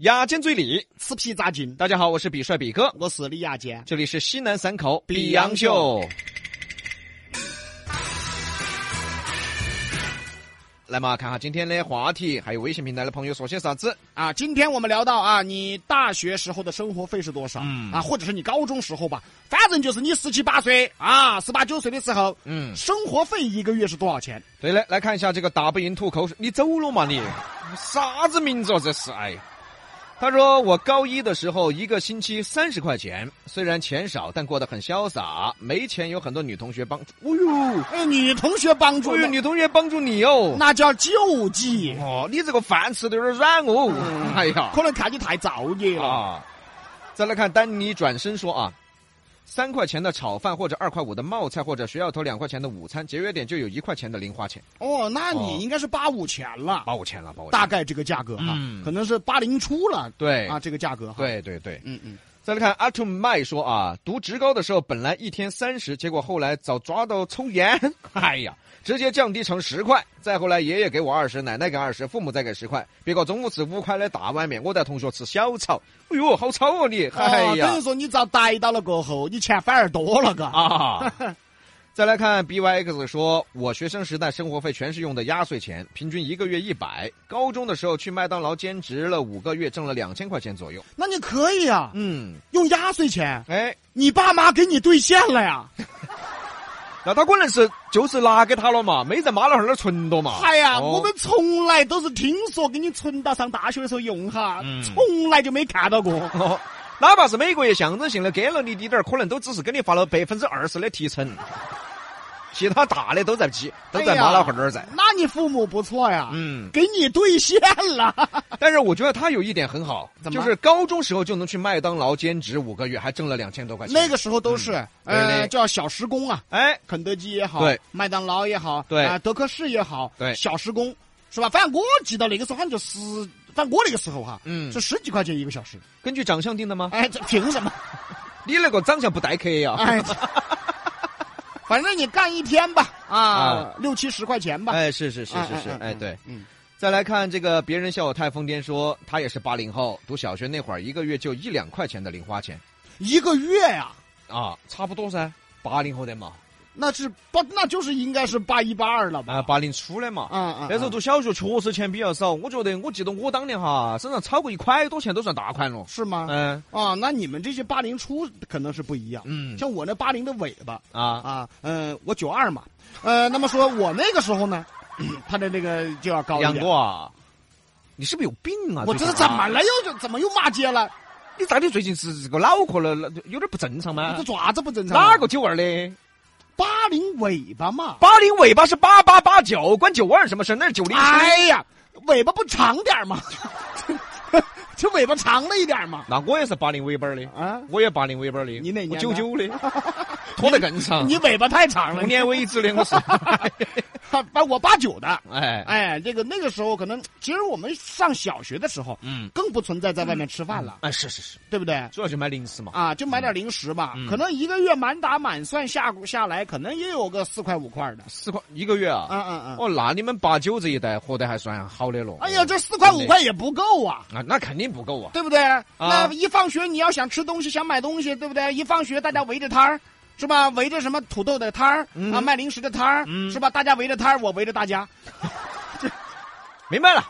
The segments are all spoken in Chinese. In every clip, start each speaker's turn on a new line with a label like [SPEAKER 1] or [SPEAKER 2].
[SPEAKER 1] 牙尖嘴利，
[SPEAKER 2] 吃皮扎筋。
[SPEAKER 1] 大家好，我是比帅比哥，
[SPEAKER 2] 我是李亚坚，
[SPEAKER 1] 这里是西南三口
[SPEAKER 2] 比洋秀。
[SPEAKER 1] 来嘛，看下今天的话题，还有微信平台的朋友说些啥子？
[SPEAKER 2] 啊，今天我们聊到啊，你大学时候的生活费是多少、
[SPEAKER 1] 嗯
[SPEAKER 2] 啊？或者是你高中时候吧，反正就是你十七八岁啊，十八九岁的时候，
[SPEAKER 1] 嗯
[SPEAKER 2] 生活费一个月是多少钱？
[SPEAKER 1] 对了，来看一下这个大不赢吐口水，你走了嘛你？啥子名字哦这是？哎，他说我高一的时候一个星期三十块钱，虽然钱少，但过得很潇洒，没钱有很多女同学帮助。哦
[SPEAKER 2] 哎，女同学帮
[SPEAKER 1] 呦，
[SPEAKER 2] 助，
[SPEAKER 1] 哦呦，女同学帮助你哦。
[SPEAKER 2] 那叫救济，
[SPEAKER 1] 哦，你这个饭吃的有点软哦。哎呀，
[SPEAKER 2] 可能看你太造孽了。
[SPEAKER 1] 啊！再来看丹尼转身说啊，三块钱的炒饭或者二块五的冒菜或者学校头两块钱的午餐，节约点就有一块钱的零花钱，
[SPEAKER 2] 哦，那
[SPEAKER 1] 哦
[SPEAKER 2] 你应该是八五前了，
[SPEAKER 1] 把我钱了，把我钱了。
[SPEAKER 2] 大概这个价格哈，
[SPEAKER 1] 嗯
[SPEAKER 2] 可能是八零初了
[SPEAKER 1] 对
[SPEAKER 2] 啊，这个价格哈。
[SPEAKER 1] 对对对，
[SPEAKER 2] 嗯嗯，
[SPEAKER 1] 再来看阿兔麦说啊，读职高的时候本来一天三十，结果后来早抓到抽烟， 哎呀，直接降低成十块。再后来爷爷给我二十，奶奶给二十，父母再给十块。别个中午吃五块的大碗面，我带同学吃小炒，哎呦，好吵哦你！哎
[SPEAKER 2] 哦，
[SPEAKER 1] 呀，
[SPEAKER 2] 等于说你遭逮到了过后，你钱反而多了嘎。
[SPEAKER 1] 啊。 再来看 B Y X 说，我学生时代生活费全是用的压岁钱，平均一个月一百。高中的时候去麦当劳兼职了五个月，挣了两千块钱左右。
[SPEAKER 2] 那你可以啊，
[SPEAKER 1] 嗯，
[SPEAKER 2] 用压岁钱，
[SPEAKER 1] 哎，
[SPEAKER 2] 你爸妈给你兑现了呀。
[SPEAKER 1] 那他可能是就是拿给他了嘛，没在妈老汉儿那儿存着 嘛。
[SPEAKER 2] 哎呀，
[SPEAKER 1] 哦
[SPEAKER 2] 我们从来都是听说给你存到上大学的时候用哈，
[SPEAKER 1] 嗯
[SPEAKER 2] 从来就没看 到过。
[SPEAKER 1] 哦哪怕是每个月象征性的给了你滴点儿，可能都只是给你发了百分之二十的提成，其他大的都在记，都在妈老汉儿那儿在。
[SPEAKER 2] 那你父母不错呀，
[SPEAKER 1] 嗯，啊
[SPEAKER 2] 给你兑现了。
[SPEAKER 1] 但是我觉得他有一点很好，
[SPEAKER 2] 怎么
[SPEAKER 1] 就是高中时候就能去麦当劳兼职五个月，还挣了两千多块钱。
[SPEAKER 2] 那个时候都是、
[SPEAKER 1] 嗯对嘞
[SPEAKER 2] 呃叫小时工啊，
[SPEAKER 1] 哎，
[SPEAKER 2] 肯德基也好，
[SPEAKER 1] 对
[SPEAKER 2] 麦当劳也好，
[SPEAKER 1] 对
[SPEAKER 2] 啊、德克士也好，
[SPEAKER 1] 对
[SPEAKER 2] 小时工是吧？反正我记得那个时候好像就十，反正我那个时候哈，
[SPEAKER 1] 嗯
[SPEAKER 2] 是十几块钱一个小时。
[SPEAKER 1] 根据长相定的吗？
[SPEAKER 2] 哎，这凭什么？
[SPEAKER 1] 你那个长相不待客呀、
[SPEAKER 2] 哎，这反正你干一天吧，啊
[SPEAKER 1] 啊，
[SPEAKER 2] 六七十块钱吧。
[SPEAKER 1] 哎，是是是是是，
[SPEAKER 2] 嗯
[SPEAKER 1] 哎，对。，
[SPEAKER 2] 嗯嗯嗯
[SPEAKER 1] 再来看这个，别人笑我太疯癫说，他也是八零后，读小学那会儿，一个月就一两块钱的零花钱
[SPEAKER 2] 一个月呀，
[SPEAKER 1] 啊，差不多噻，八零后的嘛，
[SPEAKER 2] 那是八，那就是应该是八一八二了吧？
[SPEAKER 1] 啊，八零初的嘛。
[SPEAKER 2] 啊啊，
[SPEAKER 1] 那时候
[SPEAKER 2] 啊
[SPEAKER 1] 读小学确实钱比较少，我觉得我记得我当年哈身上超过一块多钱都算大款了。
[SPEAKER 2] 是吗？
[SPEAKER 1] 嗯
[SPEAKER 2] 啊，那你们这些八零初可能是不一样，
[SPEAKER 1] 嗯
[SPEAKER 2] 像我那八零的尾巴
[SPEAKER 1] 啊
[SPEAKER 2] 啊，嗯，我九二嘛，呃，那么说我那个时候呢， 他的那个就要高一
[SPEAKER 1] 杨
[SPEAKER 2] 点
[SPEAKER 1] 哥。啊，你是不是有病啊？
[SPEAKER 2] 我
[SPEAKER 1] 最
[SPEAKER 2] 这
[SPEAKER 1] 近
[SPEAKER 2] 是
[SPEAKER 1] 啊
[SPEAKER 2] 怎么？了又就怎么又骂街了？
[SPEAKER 1] 你到底最近是这个脑壳了了有点不正常吗
[SPEAKER 2] 这？爪子不正常啊？
[SPEAKER 1] 哪个九二的？
[SPEAKER 2] 八零尾巴嘛？
[SPEAKER 1] 八零尾巴是八八八九，关九二什么事？那是九零初。
[SPEAKER 2] 哎呀，尾巴不长点儿吗？ 这尾巴长了一点儿吗？
[SPEAKER 1] 那我也是八零尾巴的，
[SPEAKER 2] 啊，
[SPEAKER 1] 我也八零尾巴的。
[SPEAKER 2] 你哪年
[SPEAKER 1] 我
[SPEAKER 2] 的
[SPEAKER 1] 九九 的，拖得更哎长。
[SPEAKER 2] 你尾巴太长了
[SPEAKER 1] 童，年为止的我是。
[SPEAKER 2] 把我八九的。
[SPEAKER 1] 哎哎，
[SPEAKER 2] 哎，这个那个时候可能，其实我们上小学的时候，
[SPEAKER 1] 嗯，
[SPEAKER 2] 更不存在在外面吃饭了，
[SPEAKER 1] 哎是是是，
[SPEAKER 2] 对不对？
[SPEAKER 1] 主要就买零食嘛。
[SPEAKER 2] 啊，就买点零食吧，
[SPEAKER 1] 嗯
[SPEAKER 2] 可能一个月满打满算下下来，可能也有个四块五块的。
[SPEAKER 1] 四块一个月啊。
[SPEAKER 2] 嗯嗯嗯。
[SPEAKER 1] 哦，那你们八九这一代活得还算好的了。
[SPEAKER 2] 哎呀，这四块五块也不够啊，
[SPEAKER 1] 啊，那肯定不够啊。
[SPEAKER 2] 对不对？那一放学你要想吃东西，想买东西，对不对？一放学大家围着摊儿。是吧？围着什么土豆的摊儿、
[SPEAKER 1] 嗯
[SPEAKER 2] 啊，卖零食的摊儿、
[SPEAKER 1] 嗯
[SPEAKER 2] 是吧？大家围着摊儿，我围着 大家。
[SPEAKER 1] 明白了。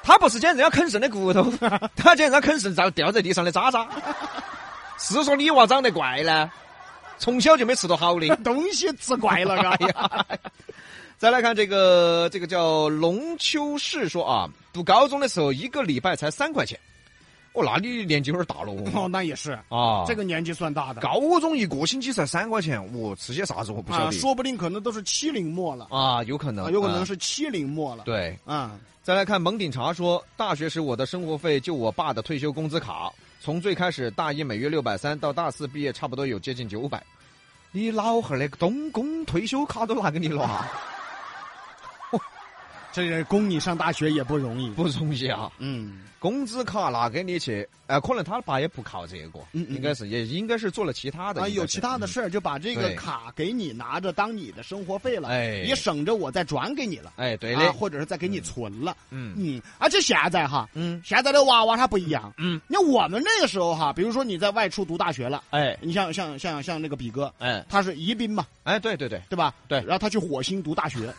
[SPEAKER 1] 他不是捡人家啃剩的骨头， 他捡人家啃剩掉掉在地上的渣渣。是说你娃长得怪呢，从小就没吃到好 的。
[SPEAKER 2] 东西吃怪了，嘎、
[SPEAKER 1] 哎呀，再来看这个，这个叫龙秋氏说啊，读高中的时候一个礼拜才三块钱，哦，那你年纪有点大了
[SPEAKER 2] 哦
[SPEAKER 1] 哦，。
[SPEAKER 2] 那也是，
[SPEAKER 1] 啊，
[SPEAKER 2] 这个年纪算大的。
[SPEAKER 1] 高中一个星期才三块钱，我吃些啥子我不晓
[SPEAKER 2] 啊，
[SPEAKER 1] 得。
[SPEAKER 2] 说不定可能都是七零末了，
[SPEAKER 1] 啊，有可能
[SPEAKER 2] 啊，，有可能
[SPEAKER 1] 嗯
[SPEAKER 2] 是七零末了。
[SPEAKER 1] 对。
[SPEAKER 2] 啊，
[SPEAKER 1] 再来看蒙顶茶说，大学时我的生活费就我爸的退休工资卡，从最开始大一每月六百三，到大四毕业差不多有接近九百。 你老汉儿的东宫退休卡都拿给你了啊？
[SPEAKER 2] 这个供你上大学也不容易。
[SPEAKER 1] 不容易啊。
[SPEAKER 2] 嗯，
[SPEAKER 1] 工资卡拿给你去，呃，可能他爸也不靠这个，
[SPEAKER 2] 嗯嗯
[SPEAKER 1] 应该是也应该是做了其他的，
[SPEAKER 2] 啊，
[SPEAKER 1] 应该
[SPEAKER 2] 有
[SPEAKER 1] 是嗯
[SPEAKER 2] 其他的事儿就把这个
[SPEAKER 1] 对
[SPEAKER 2] 卡给你拿着当你的生活费了，
[SPEAKER 1] 哎
[SPEAKER 2] 也省着我再转给你了，
[SPEAKER 1] 哎，对
[SPEAKER 2] 啊，
[SPEAKER 1] 的，
[SPEAKER 2] 或者是再给你存了。
[SPEAKER 1] 嗯
[SPEAKER 2] 嗯，而且现在哈，
[SPEAKER 1] 嗯
[SPEAKER 2] 现在的娃娃他不一样。
[SPEAKER 1] 嗯，
[SPEAKER 2] 你看我们那个时候哈，比如说你在外出读大学了，
[SPEAKER 1] 哎
[SPEAKER 2] 你像像像像那个比哥，
[SPEAKER 1] 哎
[SPEAKER 2] 他是宜宾嘛，
[SPEAKER 1] 哎，对对对，
[SPEAKER 2] 对吧？
[SPEAKER 1] 对
[SPEAKER 2] 然后他去火星读大 学，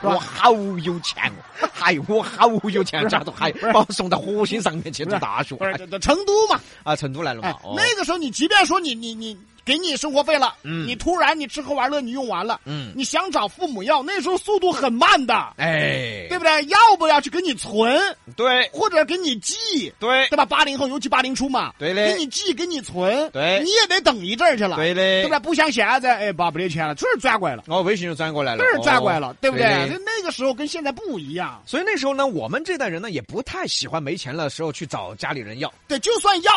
[SPEAKER 2] 是吧
[SPEAKER 1] 我好有钱哦，嗨，我好有钱，
[SPEAKER 2] 不是
[SPEAKER 1] 家都还
[SPEAKER 2] 不是
[SPEAKER 1] 把我送到火星上面去
[SPEAKER 2] 不
[SPEAKER 1] 读
[SPEAKER 2] 是
[SPEAKER 1] 大学，
[SPEAKER 2] 不是这这成都嘛？
[SPEAKER 1] 啊，成都来了
[SPEAKER 2] 哎
[SPEAKER 1] 嘛，哦，
[SPEAKER 2] 那个时候你即便说你你你给你生活费了，
[SPEAKER 1] 嗯
[SPEAKER 2] 你突然你吃喝玩乐你用完了，
[SPEAKER 1] 嗯，
[SPEAKER 2] 你想找父母要，那时候速度很慢的，
[SPEAKER 1] 哎，
[SPEAKER 2] 对不对？要不要去给你存，
[SPEAKER 1] 对
[SPEAKER 2] 或者给你寄，
[SPEAKER 1] 对
[SPEAKER 2] 对吧？八零后尤其八零初嘛，
[SPEAKER 1] 对
[SPEAKER 2] 给
[SPEAKER 1] 嘞，
[SPEAKER 2] 你寄给你存，
[SPEAKER 1] 对
[SPEAKER 2] 你也得等一阵儿去了，
[SPEAKER 1] 对嘞
[SPEAKER 2] 对不，对？不像现在，哎，爸不得钱了，这儿转过来了，
[SPEAKER 1] 哦，微信就转过来
[SPEAKER 2] 这
[SPEAKER 1] 了，
[SPEAKER 2] 儿转过来
[SPEAKER 1] 哦
[SPEAKER 2] 了，对不对？
[SPEAKER 1] 对
[SPEAKER 2] 那那个时候跟现在不一样，
[SPEAKER 1] 所以那时候呢，我们这代人呢，也不太喜欢没钱的时候去找家里人要。
[SPEAKER 2] 对，就算要，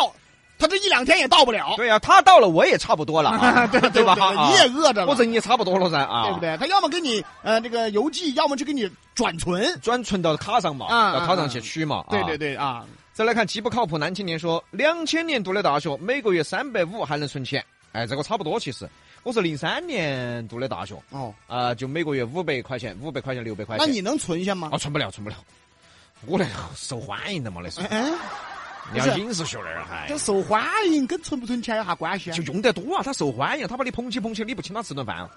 [SPEAKER 2] 他这一两天也到不了，
[SPEAKER 1] 对呀、他到了，我也差不多了啊，
[SPEAKER 2] 对
[SPEAKER 1] 哦对吧？啊
[SPEAKER 2] 你也饿着了，
[SPEAKER 1] 或者你差不多了噻啊，
[SPEAKER 2] 对不？对？他要么给你呃这个邮寄，要么就给你转存。
[SPEAKER 1] 专存到卡上嘛，
[SPEAKER 2] 啊
[SPEAKER 1] 到卡上去取嘛。
[SPEAKER 2] 对
[SPEAKER 1] 啊
[SPEAKER 2] 对。对啊，
[SPEAKER 1] 再来看极不靠谱男青年说，两千年读的大学，每个月三百五还能存钱。哎，这个差不多其实。我是零三年读的大学
[SPEAKER 2] 哦，
[SPEAKER 1] 啊、就每个月五百块钱，五百块钱，六百块
[SPEAKER 2] 那
[SPEAKER 1] 钱。
[SPEAKER 2] 你能存下吗
[SPEAKER 1] 啊、？存不了，存不了。我那受欢迎的嘛，那是
[SPEAKER 2] 哎。哎，
[SPEAKER 1] 你
[SPEAKER 2] 不
[SPEAKER 1] 要
[SPEAKER 2] 是
[SPEAKER 1] 影视学那儿还
[SPEAKER 2] 这。受欢迎跟存不存钱有啥关系啊
[SPEAKER 1] 就？用得多啊，他受欢迎，他把你捧起捧起，你不请他吃顿饭啊、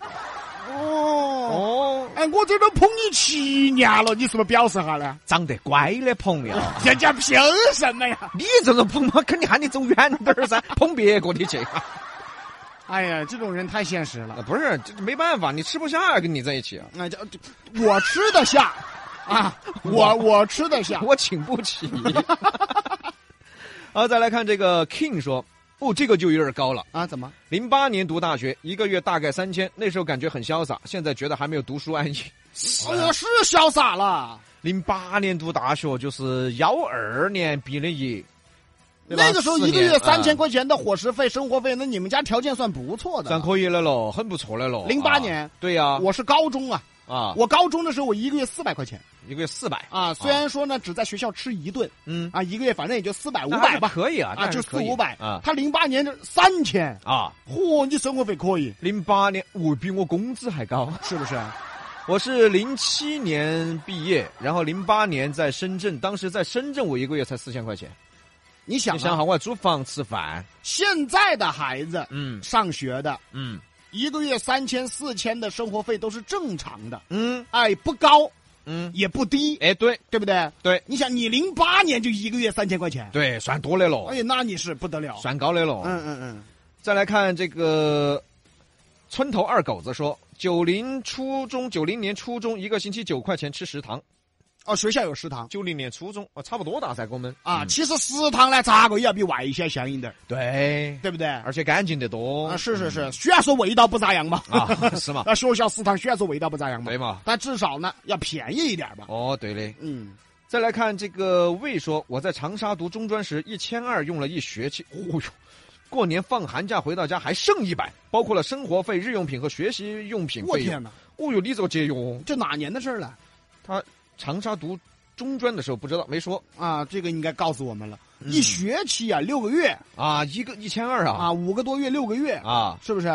[SPEAKER 2] 哦，
[SPEAKER 1] 哦，
[SPEAKER 2] 哎，我这都捧你七年了，你是不是表示下呢？
[SPEAKER 1] 长得乖的朋友，
[SPEAKER 2] 人家凭什么呀？
[SPEAKER 1] 你这种捧嘛，肯定喊你走远点儿噻，捧别个的去。
[SPEAKER 2] 哎呀，这种人太现实了。
[SPEAKER 1] 啊不是，这没办法，你吃不下跟你在一起啊，
[SPEAKER 2] 哎那这这我吃得下啊，我我吃得下。
[SPEAKER 1] 哎我请不起。 好，再来看这个 King 说，哦，这个就有点高了。
[SPEAKER 2] 啊？怎么？
[SPEAKER 1] 零八年读大学，一个月大概三千，那时候感觉很潇洒，现在觉得还没有读书安逸。
[SPEAKER 2] 哎呀，是潇洒了。
[SPEAKER 1] 零八年读大学就是幺二年毕的业，对吧
[SPEAKER 2] 那个时候一个月
[SPEAKER 1] 四年
[SPEAKER 2] 三千
[SPEAKER 1] 嗯
[SPEAKER 2] 块钱的伙食费、生活费，那你们家条件算不错的
[SPEAKER 1] 算
[SPEAKER 2] 了。
[SPEAKER 1] 可以了喽，很不错的喽。
[SPEAKER 2] 08
[SPEAKER 1] 啊
[SPEAKER 2] 年，
[SPEAKER 1] 对呀，
[SPEAKER 2] 我是高中啊，
[SPEAKER 1] 啊，
[SPEAKER 2] 我高中的时候我一个月四百块钱
[SPEAKER 1] 一个月四百，
[SPEAKER 2] 啊，虽然说呢只在学校吃一顿
[SPEAKER 1] 嗯，
[SPEAKER 2] 啊，一个月反正也就四百五
[SPEAKER 1] 那还
[SPEAKER 2] 百
[SPEAKER 1] 是
[SPEAKER 2] 吧，
[SPEAKER 1] 可以啊，那
[SPEAKER 2] 啊
[SPEAKER 1] 还是
[SPEAKER 2] 就
[SPEAKER 1] 可
[SPEAKER 2] 四
[SPEAKER 1] 以
[SPEAKER 2] 五百
[SPEAKER 1] 啊。
[SPEAKER 2] 他零八年就三千，
[SPEAKER 1] 啊。
[SPEAKER 2] 嚯，你生活费可以
[SPEAKER 1] 零八年，我比我工资还高。
[SPEAKER 2] 是不是？
[SPEAKER 1] 我是零七年毕业，然后零八年在深圳，当时在深圳我一个月才四千块钱。
[SPEAKER 2] 你想
[SPEAKER 1] 你想
[SPEAKER 2] 啊，
[SPEAKER 1] 哈，我要租房吃饭，
[SPEAKER 2] 现在的孩子
[SPEAKER 1] 嗯
[SPEAKER 2] 上学的
[SPEAKER 1] 嗯
[SPEAKER 2] 一个月三千、四千的生活费都是正常的，
[SPEAKER 1] 嗯
[SPEAKER 2] 哎，不高
[SPEAKER 1] 嗯，
[SPEAKER 2] 也不低，
[SPEAKER 1] 哎，对
[SPEAKER 2] 对不对？
[SPEAKER 1] 对
[SPEAKER 2] 你想，你零八年就一个月三千块钱，
[SPEAKER 1] 对，算多的了
[SPEAKER 2] 哎，呀，那你是不得了。
[SPEAKER 1] 算高的了。
[SPEAKER 2] 嗯嗯嗯，
[SPEAKER 1] 再来看这个村头二狗子说，九零初中，九零年初中一个星期九块钱吃食堂，
[SPEAKER 2] 哦，学校有食堂
[SPEAKER 1] 九零年初中哦，差不多大噻，跟我们
[SPEAKER 2] 啊。
[SPEAKER 1] 嗯
[SPEAKER 2] 其实食堂呢，咋个也要比外一些香一点儿，
[SPEAKER 1] 对，
[SPEAKER 2] 对不对？
[SPEAKER 1] 而且干净得多
[SPEAKER 2] 啊，是是是，虽然说味道不咋样嘛，
[SPEAKER 1] 啊， 是嘛，
[SPEAKER 2] 啊，学校食堂虽然说味道不咋样嘛
[SPEAKER 1] 对，嘛，
[SPEAKER 2] 但至少呢要便宜一点吧。
[SPEAKER 1] 哦，对嘞。
[SPEAKER 2] 嗯，
[SPEAKER 1] 再来看这个魏说，我在长沙读中专时，一千二用了一学期。哦哟，过年放寒假回到家还剩一百，包括了生活费、日用品和学习用品
[SPEAKER 2] 我
[SPEAKER 1] 费用。
[SPEAKER 2] 天哪，
[SPEAKER 1] 哦哟，你这个节约哦！
[SPEAKER 2] 这哪年的事儿了
[SPEAKER 1] 长沙读中专的时候不知道，没说
[SPEAKER 2] 啊？这个应该告诉我们了，
[SPEAKER 1] 嗯
[SPEAKER 2] 一学期啊六个月
[SPEAKER 1] 啊，一个一千二啊
[SPEAKER 2] 啊五个多月六个月，
[SPEAKER 1] 啊，
[SPEAKER 2] 是不是？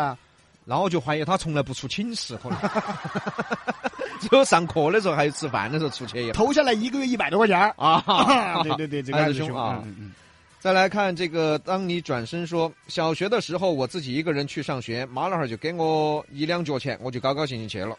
[SPEAKER 1] 然后就怀疑他从来 不出寝室，可能只有上课的时候还有吃饭的时候出 去一下
[SPEAKER 2] 投下来一个月一百多块钱儿
[SPEAKER 1] 啊。
[SPEAKER 2] 啊！对对对，这个
[SPEAKER 1] 哎
[SPEAKER 2] 还是
[SPEAKER 1] 这
[SPEAKER 2] 凶
[SPEAKER 1] 凶啊
[SPEAKER 2] 嗯嗯
[SPEAKER 1] 再来看这个，当你转身说，小学的时候我自己一个人去上学，妈老汉儿就给我一两角钱，我就高高兴兴去了。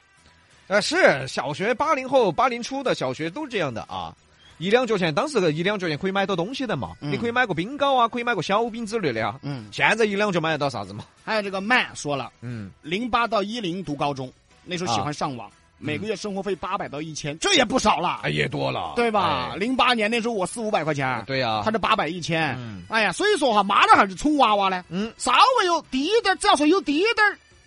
[SPEAKER 1] 呃，是小学八零后、八零初的小学都这样的啊，一两角钱，当时一两角钱可以买到东西的嘛，
[SPEAKER 2] 嗯
[SPEAKER 1] 你可以买个冰糕啊，可以买个小饼之类的啊。
[SPEAKER 2] 嗯。
[SPEAKER 1] 现在一两角买得到啥子嘛？
[SPEAKER 2] 还有这个曼说了，
[SPEAKER 1] 嗯，
[SPEAKER 2] 零八到一零读高中，那
[SPEAKER 1] 啊
[SPEAKER 2] 时候喜欢上网，每个月生活费八百到一千，这也不少了，
[SPEAKER 1] 嗯哎，也多了，
[SPEAKER 2] 对吧？
[SPEAKER 1] 哎？
[SPEAKER 2] 零八年那时候我四五百块钱，
[SPEAKER 1] 对呀、
[SPEAKER 2] 他这八百一千，
[SPEAKER 1] 嗯
[SPEAKER 2] 哎呀，所以说哈，妈的还是宠娃娃呢，
[SPEAKER 1] 嗯，
[SPEAKER 2] 稍微有低一点，只要说有低一点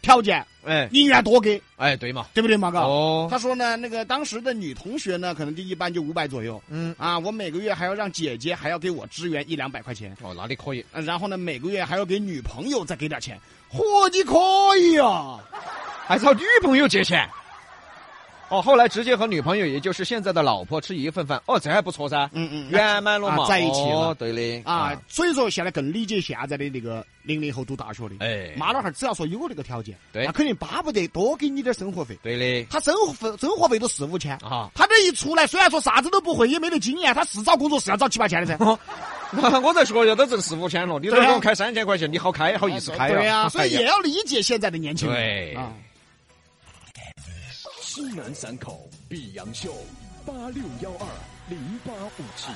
[SPEAKER 2] 条件，
[SPEAKER 1] 哎
[SPEAKER 2] 宁愿多给，
[SPEAKER 1] 哎，对嘛，
[SPEAKER 2] 对不对，马哥？
[SPEAKER 1] 哦，
[SPEAKER 2] 他说呢，那个当时的女同学呢，可能就一般就五百左右
[SPEAKER 1] 嗯，
[SPEAKER 2] 啊，我每个月还要让姐姐还要给我支援一两百块钱，
[SPEAKER 1] 哦，那你可以，
[SPEAKER 2] 啊然后呢，每个月还要给女朋友再给点钱，嚯，你可以啊！
[SPEAKER 1] 还找女朋友借钱，哦，后来直接和女朋友，也就是现在的老婆吃一份饭，哦，这还不错噻，
[SPEAKER 2] 嗯嗯，
[SPEAKER 1] 圆满了嘛，
[SPEAKER 2] 啊在一起了
[SPEAKER 1] 哦对的
[SPEAKER 2] 啊，，所以说现在更理解现在的那个零零后读大学的，
[SPEAKER 1] 哎，
[SPEAKER 2] 妈老汉儿只要说有那个条件，
[SPEAKER 1] 对
[SPEAKER 2] 那肯定巴不得多给你点生活费。
[SPEAKER 1] 对
[SPEAKER 2] 他生活费生活费都四五千
[SPEAKER 1] 的，啊，
[SPEAKER 2] 他这一出来虽然说啥子都不会，也没得经验，他是找工作是要找七八千的噻。
[SPEAKER 1] 那哦我在学校都挣四五千了，你都
[SPEAKER 2] 对啊
[SPEAKER 1] 给我开三千块钱，你好开好意思开
[SPEAKER 2] 对呀、
[SPEAKER 1] 啊？
[SPEAKER 2] 所以
[SPEAKER 1] 哎
[SPEAKER 2] 也
[SPEAKER 1] 呀
[SPEAKER 2] 要理解现在的年轻人。
[SPEAKER 1] 对
[SPEAKER 2] 啊，
[SPEAKER 3] 西南三口碧阳秀八六幺二零八五七。